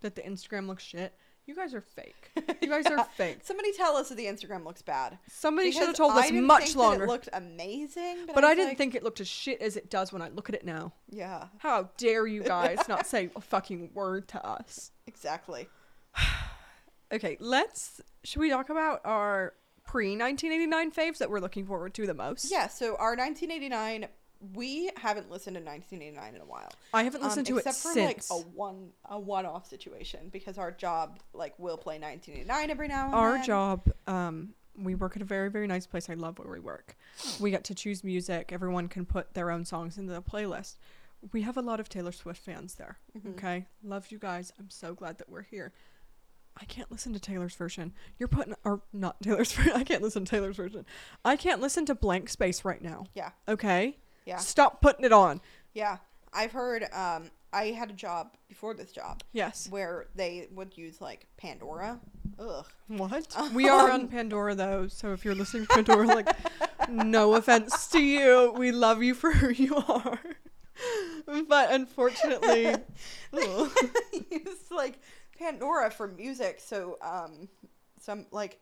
that the Instagram looks shit. You guys are fake. [laughs] You guys [laughs] Yeah. are fake. Somebody tell us that the Instagram looks bad. Somebody should have Because told I us didn't much think that longer. It looked amazing, but, but I was didn't like, think it looked as shit as it does when I look at it now. Yeah, How dare you guys [laughs] not say a fucking word to us? exactly. Okay, let's. Should we talk about our pre 1989 faves that we're looking forward to the most? Yeah. So our 1989, we haven't listened to 1989 in a while. I haven't Um, listened to it except for since. like a one a one off situation because our job like will play 1989 every now and our then. job um we work at a very very nice place i love where we work we get to choose music everyone can put their own songs into the playlist we have a lot of taylor swift fans there Mhm. okay love you guys i'm so glad that we're here i can't listen to taylor's version you're putting or not taylor's [laughs] version i can't listen to taylor's version i can't listen to blank space right now Yeah. okay Yeah. stop putting it on Yeah. I've heard. Um, I had a job before this job yes where they would use like Pandora. Ugh. what Uh, we are um, on pandora though so if you're listening to pandora like no offense to you. We love you for [laughs] who you are. [laughs] But unfortunately, Ugh. used like Pandora for music. So um, some like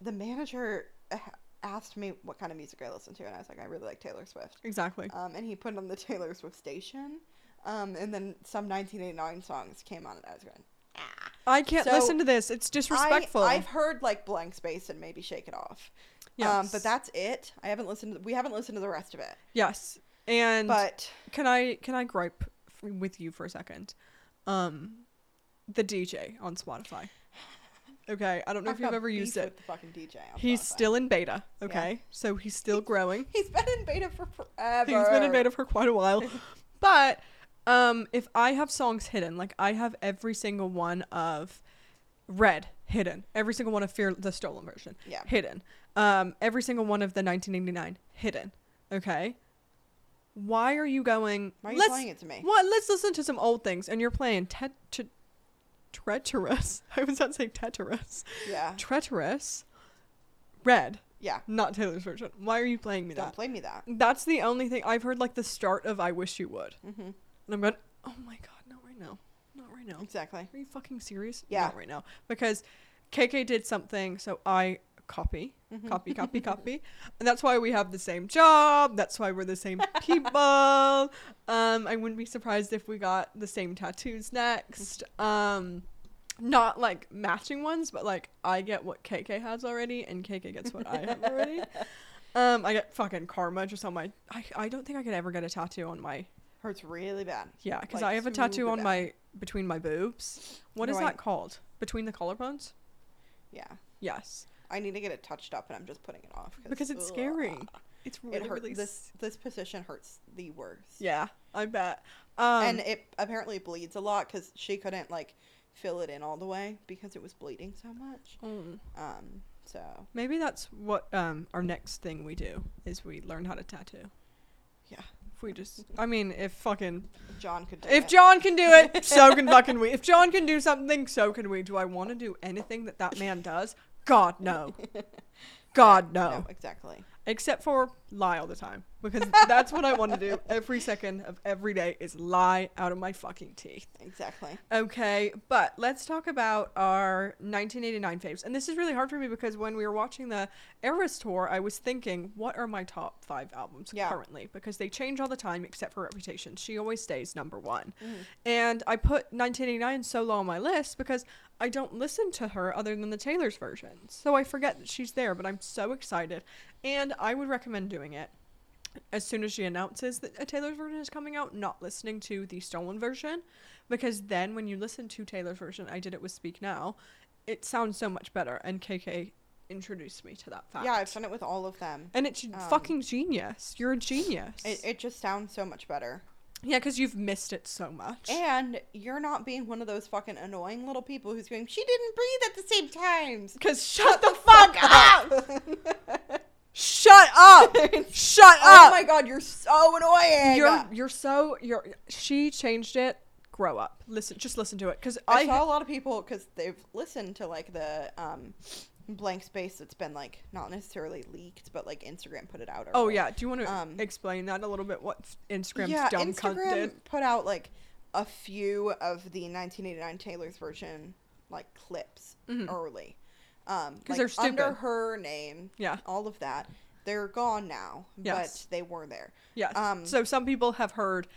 the manager a- asked me what kind of music I listened to, and I was like, I really like Taylor Swift. exactly. Um, and he put on the [laughs] Taylor Swift station. Um, and then some 1989 songs came on, and I was going. "Ah." I can't so listen to this. It's disrespectful. I, I've heard like Blank Space and maybe Shake It Off. Um, Yes. but that's it. I haven't listened. To, we haven't listened to the rest of it. yes. And But can I can I gripe f- with you for a second? Um, the DJ on Spotify. Okay, I don't know I've if you've got ever beef used it. with the fucking DJ. on He's Spotify. still in beta. Okay, so he's still growing. [laughs] He's been in beta for forever. He's been in beta for quite a [laughs] while. but um, if I have songs hidden, like I have every single one of Red hidden, every single one of Fear the Stolen version Yeah. hidden, um, every single one of the 1989 hidden. Okay, why are you going? Why are you let's, playing it to me? What? Let's listen to some old things, and you're playing Ted. T- treacherous. [laughs] I was not saying Tetris. Yeah. Treacherous. Red, Yeah. not Taylor's version. Why are you playing me Don't that? play me that. That's the only thing I've heard. Like the start of "I Wish You Would," hmm and I'm going, "Oh my god, not right now, not right now. Exactly. Are you fucking serious? Yeah. not right now." Because KK did something, so I copy, copy, copy, copy, and that's why we have the same job. That's why we're the same people. um, I wouldn't be surprised if we got the same tattoos next. Um. Not like matching ones, but like I get what KK has already, and KK gets what I have already. Um, I get fucking karma just on my. I, I don't think I could ever get a tattoo on my. Hurts really bad. Yeah, because Like, I have a super tattoo on bad. my between my boobs. What is No, I- that called? Between the collarbones. Yeah. Yes, I need to get it touched up, and I'm just putting it off because it's ugh, scary. It's really It hurts. really. This s- this position hurts the worst. Yeah, I bet. Um, and it apparently bleeds a lot because she couldn't like fill it in all the way because it was bleeding so much. mm, Um. So maybe that's what um our next thing we do is we learn how to tattoo. Yeah. If we just, I mean, if fucking John could. Do If it. John can do it, so can fucking we. If John can do something, so can we. Do I want to do anything that that man does? God, no. God, no. No, exactly. Except for lie all the time. Because that's what I want to do every second of every day is lie out of my fucking teeth. Exactly. Okay, but let's talk about our 1989 faves. And this is really hard for me because when we were watching the Eras tour, I was thinking, what are my top five albums Yeah. currently? Because they change all the time except for Reputation. She always stays number one. And I put 1989 so low on my list because I don't listen to her other than the Taylor's version. So I forget that she's there, but I'm so excited. And I would recommend doing it as soon as she announces that a Taylor's version is coming out, not listening to the stolen version, because then when you listen to Taylor's version, I did it with Speak Now, it sounds so much better. And KK introduced me to that fact. Yeah, I've done it with all of them. and it's um, fucking genius. You're a genius. It, it just sounds so much better. yeah, because you've missed it so much. And you're not being one of those fucking annoying little people who's going, she didn't breathe at the same times. Because shut the Fuck fuck [laughs] up! Shut up! shut oh up! my god, you're so annoying. You're you're so you're. She changed it. Grow up. Listen, just listen to it. Because I, I, saw a lot of people because they've listened to like the um, blank space that's been like not necessarily leaked, but like Instagram put it out. Oh early. yeah, do you want to Um, explain that a little bit? What Instagram's yeah. dumb cunt Instagram did? put out like a few of the 1989 Taylor's version like clips early. Um, Mm-hmm. 'Cause like, they're stupid. under her name. Yeah. all of that. They're gone now, Yes. but they were there. Yes. um, so some people have heard.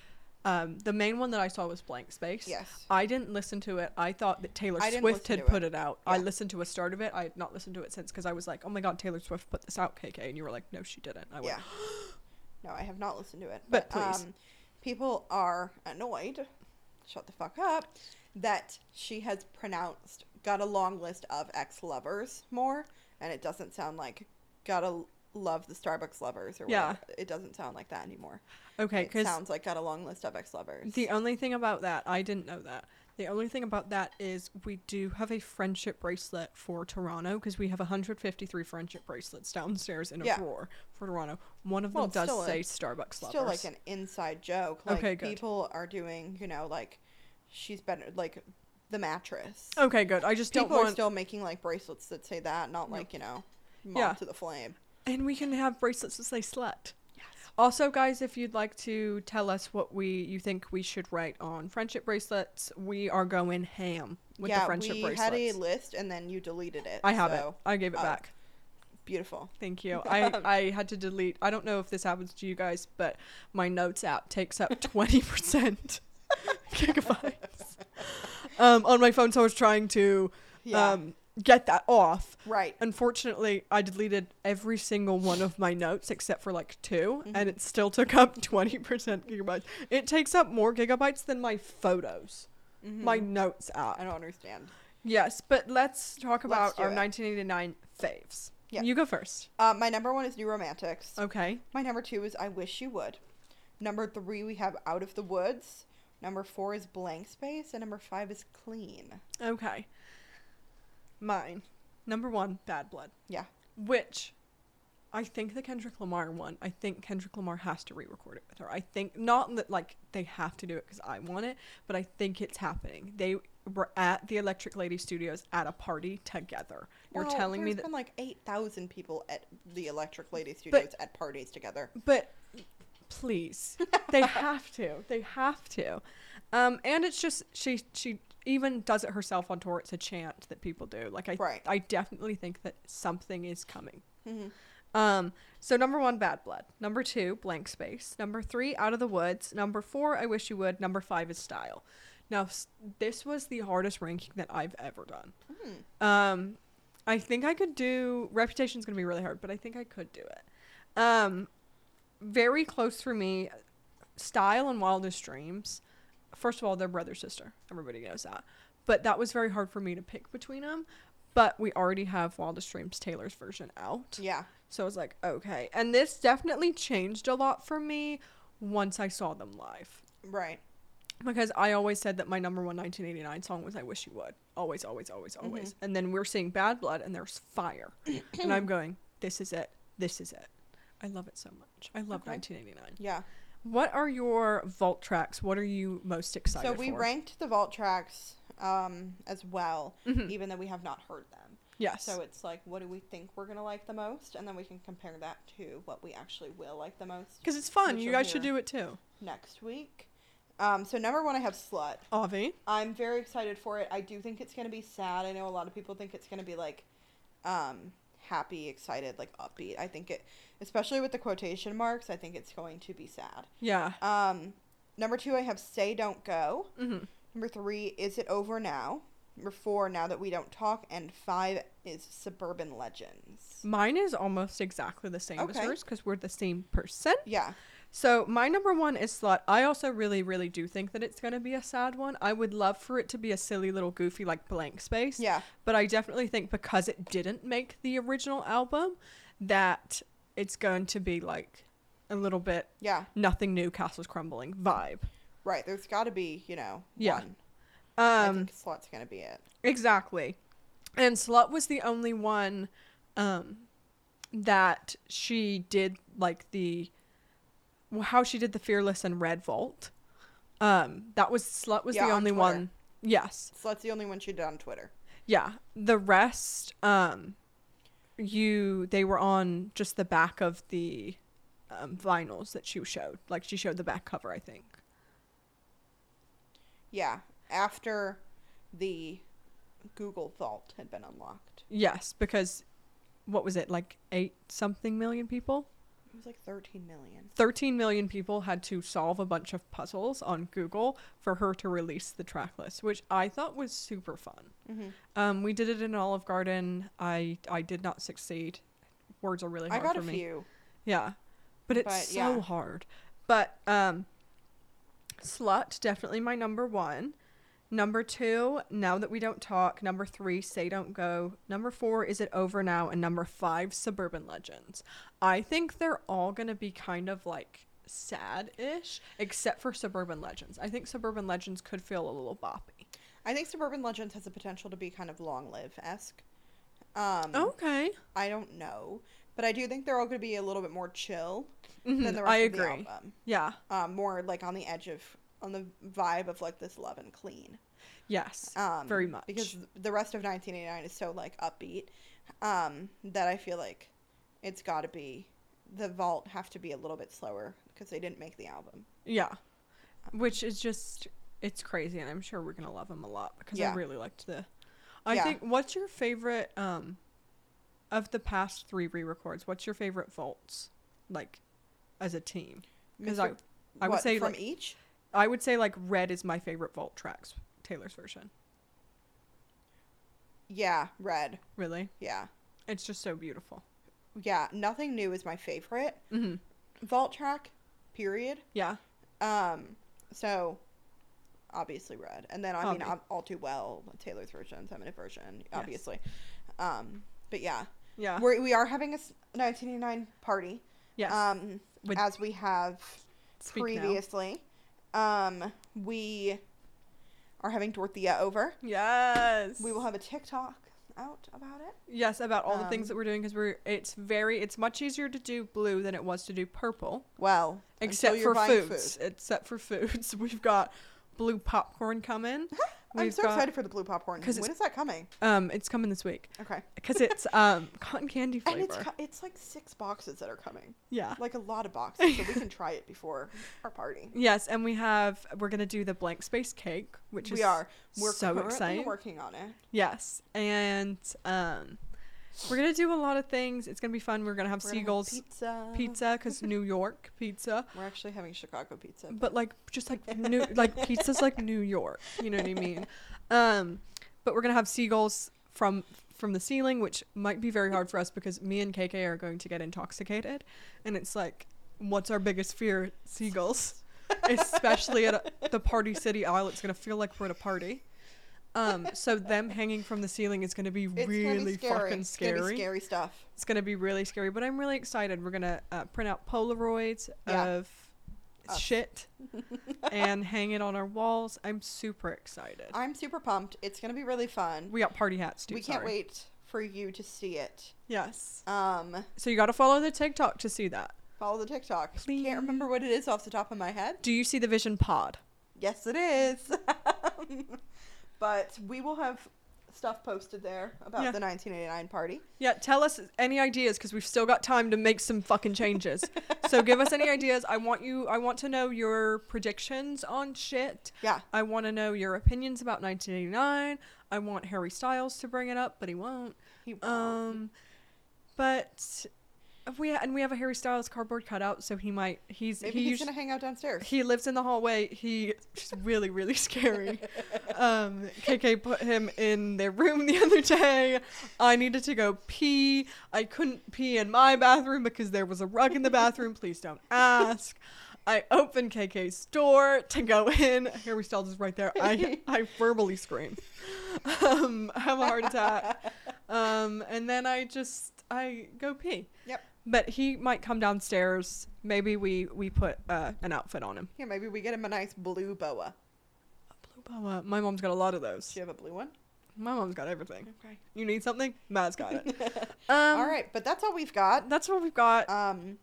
Um, the main one that I saw was Blank Space. Yes. I didn't listen to it. I thought that Taylor I didn't Swift listen had to put it. it out. I Yeah. listened to a start of it. I had not listened to it since because I was like, oh my god, Taylor Swift put this out, KK. And you were like, no, she didn't. I went, Yeah. [gasps] No, I have not listened to it. But please. Um, people are annoyed, shut the fuck up, that she has pronounced got a long list of ex lovers more, and it doesn't sound like gotta love the Starbucks lovers or Yeah. whatever. It doesn't sound like that anymore. okay, It because sounds like got a long list of ex lovers. The only thing about that, I didn't know that. The only thing about that is we do have a friendship bracelet for Toronto because we have 153 friendship bracelets downstairs in a Yeah, drawer for Toronto. One of Well, them it's does still a- say Starbucks lovers. Still like an inside joke. Like Okay, good. people are doing, you know, like she's better like the mattress. okay, good. I just don't people are want. still making like bracelets that say that, not like, you know, mom Yeah. to the flame. and we can have bracelets that say slut. Also, guys, if you'd like to tell us what we you think we should write on friendship bracelets, we are going ham with the friendship we bracelets. had a list and then you deleted it. I have so, it. I gave it oh. back. Beautiful. [laughs] Thank you. I, I had to delete. I don't know if this happens to you guys, but my notes app [laughs] takes up 20% [laughs] gigabytes um, on my phone. So I was trying to Yeah. um, get that off. Right. Unfortunately, I deleted every single one of my notes except for like 2 Mm-hmm. and it still took up [laughs] 20% gigabytes. It takes up more gigabytes than my photos, my notes app. Mm-hmm. I don't understand. Yes, but let's talk about do our it. 1989 faves. Yeah. You go first. Uh, my number one is New Romantics. Okay. My number two is I Wish You Would. Number three, we have Out of the Woods. Number four is Blank Space. And number five is Clean. Okay. Mine. Number one, Bad Blood, Yeah. which I think the Kendrick Lamar one, I think Kendrick Lamar has to re record it with her. I think, not that like they have to do it because I want it, but I think it's happening. They were at the Electric Lady Studios at a party together. You're Well, telling me there's that. been like 8,000 people at the Electric Lady Studios at parties together. But please, they have to. They have to. Um, and it's just she she even does it herself on tour. It's a chant that people do. Like I Right. I definitely think that something is coming. Mhm. Um, so number one, Bad Blood. Number two, Blank Space. Number three, Out of the Woods. Number four, I Wish You Would. Number five is Style. Now s- this was the hardest ranking that I've ever done. Hmm. Um, I think I could do Reputation's gonna be really hard, but I think I could do it. Um, very close for me. Style and Wildest Dreams. First of all, they're brother sister. Everybody knows that. But that was very hard for me to pick between them. But we already have Wildest Dreams Taylor's version out. Yeah. So I was like, okay. And this definitely changed a lot for me once I saw them live. Right. Because I always said that my number one 1989 song was I Wish You Would. Always, always, always, Mm-hmm. always. And then we're seeing Bad Blood and there's [clears throat] fire. and I'm going, this is it. This is it. I love it so much. I love Okay. 1989. Yeah. What are your vault tracks? What are you most excited So for? we ranked the vault tracks um, as well, even though we have not heard them. Mm-hmm. Yes. So it's like, what do we think we're gonna like the most, and then we can compare that to what we actually will like the most Because it's fun. Which You you'll guys should hear. do it too. next week. Um, so number one, I have slut. Avi. I'm very excited for it. I do think it's gonna be sad. I know a lot of people think it's gonna be like, um, happy, excited, like upbeat. I think it, especially with the quotation marks, I think it's going to be sad. Yeah. Um, number two, I have say don't go. Mm-hmm. Number three, is it over now? Number four, now that we don't talk, and five is suburban legends. Mine is almost exactly the same as Okay. yours because we're the same person. Yeah, So my number one is slut. I also really, really do think that it's gonna be a sad one. I would love for it to be a silly little goofy like blank space. yeah, But I definitely think because it didn't make the original album, that it's going to be like a little bit yeah. nothing new, castles crumbling vibe. Right, there's got to be, you know, Yeah. one. I Um, think slut's gonna be it. Exactly. And Slut was the only one um, that she did like the well, how she did the Fearless and Red Vault. Um, that was Slut was Yeah, the on only Twitter. one. Yes. Slut's the only one she did on Twitter. Yeah. The rest um you they were on just the back of the um, vinyls that she showed. Like she showed the back cover, I think. Yeah, after the Google Vault had been unlocked, Yes, because what was it? Like 8 something million people? it was like 13 million. 13 million people had to solve a bunch of puzzles on Google for her to release the track list, which I thought was super fun. Mm-hmm. Um, we did it in Olive Garden. I I did not succeed. Words are really I hard got for a me. few. Yeah, but it's But, so yeah. hard. But um, slut definitely my number one. Number two, now that we don't talk. Number three, say don't go. Number four, is it over now? And number five, suburban legends. I think they're all gonna be kind of like sad-ish, except for suburban legends. I think suburban legends could feel a little boppy. I think Suburban Legends has the potential to be kind of long live esque. Um, Oh, Okay, I don't know, but I do think they're all going to be a little bit more chill than the rest Mm-hmm. I of agree. the album. Yeah. Um, more like on the edge of on the vibe of like this love and clean. Yes. Um, very much. because the rest of 1989 is so like upbeat um, that I feel like it's got to be the vault have to be a little bit slower because they didn't make the album. Yeah. Which is just it's crazy and I'm sure we're going to love them a lot because I Yeah. really liked the I Yeah. think what's your favorite um of the past 3 re-records? What's your favorite vaults like as a team? Cuz I Mr. I would What, say from like each. I would say like Red is my favorite vault tracks, Taylor's version. Yeah, red. Really? Yeah, It's just so beautiful. yeah. Nothing new is my favorite Mhm. vault track. Period. Yeah. Um, so obviously red, and then I mean Obvi- ob- all too well Taylor's version, Feminine version, Yes. obviously. Um, but yeah, Yeah. we're, we are having a s- 1989 party. Yes. Um, With as we have Speak Now. previously, um, we are having Dorothea over. Yes. We will have a TikTok out about it. Yes, about all the things Um, that we're doing because we're it's very it's much easier to do blue than it was to do purple. Well, until Except you're for buying foods. food. Except for foods. [laughs] We've got blue [laughs] popcorn coming. I'm We've so got- excited for the blue popcorn. 'Cause When it's- is that coming? Um, it's coming this week Okay, because it's [laughs] um cotton candy flavor. and it's co- it's like six boxes that are coming. yeah. like a lot of boxes, so we [laughs] can try it before our party. Yes, and we have we're gonna do the blank space cake, which we is are. We're so currently exciting. working on it. Yes, and um, we're gonna do a lot of things. It's gonna be fun. We're gonna have We're gonna have seagulls pizza. pizza because New York pizza. We're actually having Chicago pizza. But but like just like new like pizza's like new york you know what i mean um but we're gonna have seagulls from from the ceiling which might be very hard for us because me and kk are going to get intoxicated and it's like what's our biggest fear seagulls especially at a, the party city aisle it's gonna feel like we're at a party um so them hanging from the ceiling is gonna be it's really gonna be scary. fucking It's gonna be scary stuff. it's gonna be really scary, but I'm really excited. We're gonna uh, print out Polaroids Yeah. of Us. [laughs] shit and hang it on our walls. I'm super excited. I'm super pumped. It's gonna be really fun. We, we got party hats too. can't sorry. wait for you to see it. Yes. Um, So you got to follow the TikTok to see that. follow the TikTok. Can't remember what it is off the top of my head. Do you see the Vision Pod? [laughs] Yes, it is. but we will have stuff posted there about Yeah. the 1989 party. Yeah, tell us any ideas because we've still got time to make some [laughs] fucking changes. so give us any ideas. I want you. I want to know your predictions on shit. Yeah. I want to know your opinions about 1989. I want Harry Styles to bring it up, but he won't. He- Um, but we and we have a Harry Styles cardboard cutout, so he might. He's Maybe he he's usu- gonna hang out downstairs. he lives in the hallway. He's really, really [laughs] scary. Um, KK put him in their room the [laughs] other day. I needed to go pee. I couldn't pee in my bathroom because there was a rug in the bathroom. Please don't ask. I opened KK's door to go in. Harry Styles is right there. I, I verbally scream. Um, have a heart attack. Um, and then I just I go pee. Yep. But he might come downstairs. Maybe we we put uh, an outfit on him. Yeah, maybe we get him a nice blue boa. Blue boa. My mom's got a lot of those. Do you have a blue one? My mom's got everything. Okay. You need something? Matt's [laughs] got it. um, all right, but that's all we've got. That's what we've got. Um,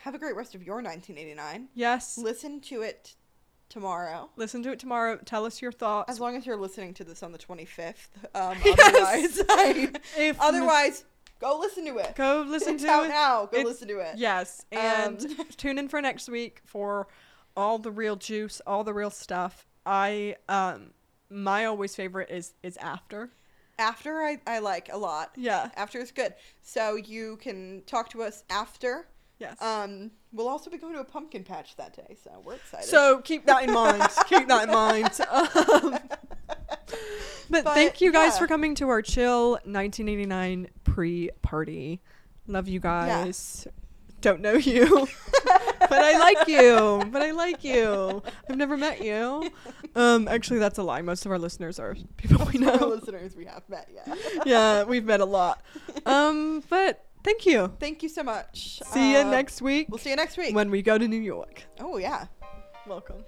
have a great rest of your 1989. yes. Listen to it tomorrow. Listen to it tomorrow. Tell us your [laughs] thoughts. As long as you're listening to this on the 25th. Um, [laughs] Yes. otherwise, [laughs] I- If- otherwise, go listen to it. go listen it's to out it. now. Go It's- listen to it. Yes. And Um, [laughs] tune in for next week for all the real juice, all the real stuff. I um my always favorite is is after. After I, I like a lot. Uh, Yeah. After is good. So you can talk to us after. Yes. Um, we'll also be going to a pumpkin patch that day, so we're excited. So keep that in mind. keep that [laughs] in mind. Um, but, But, thank you guys yeah. for coming to our chill 1989 pre-party. Love you guys. Don't know you, [laughs] but I like you. But I like you. I've never met you. Um, actually, that's a lie. Most of our listeners are people [laughs] we our know. listeners we have met, [laughs] yeah. yeah, we've met a lot. Um, but thank you. Thank you so much. See you Uh, next week We'll see you next week. when we go to New York. oh yeah. Welcome.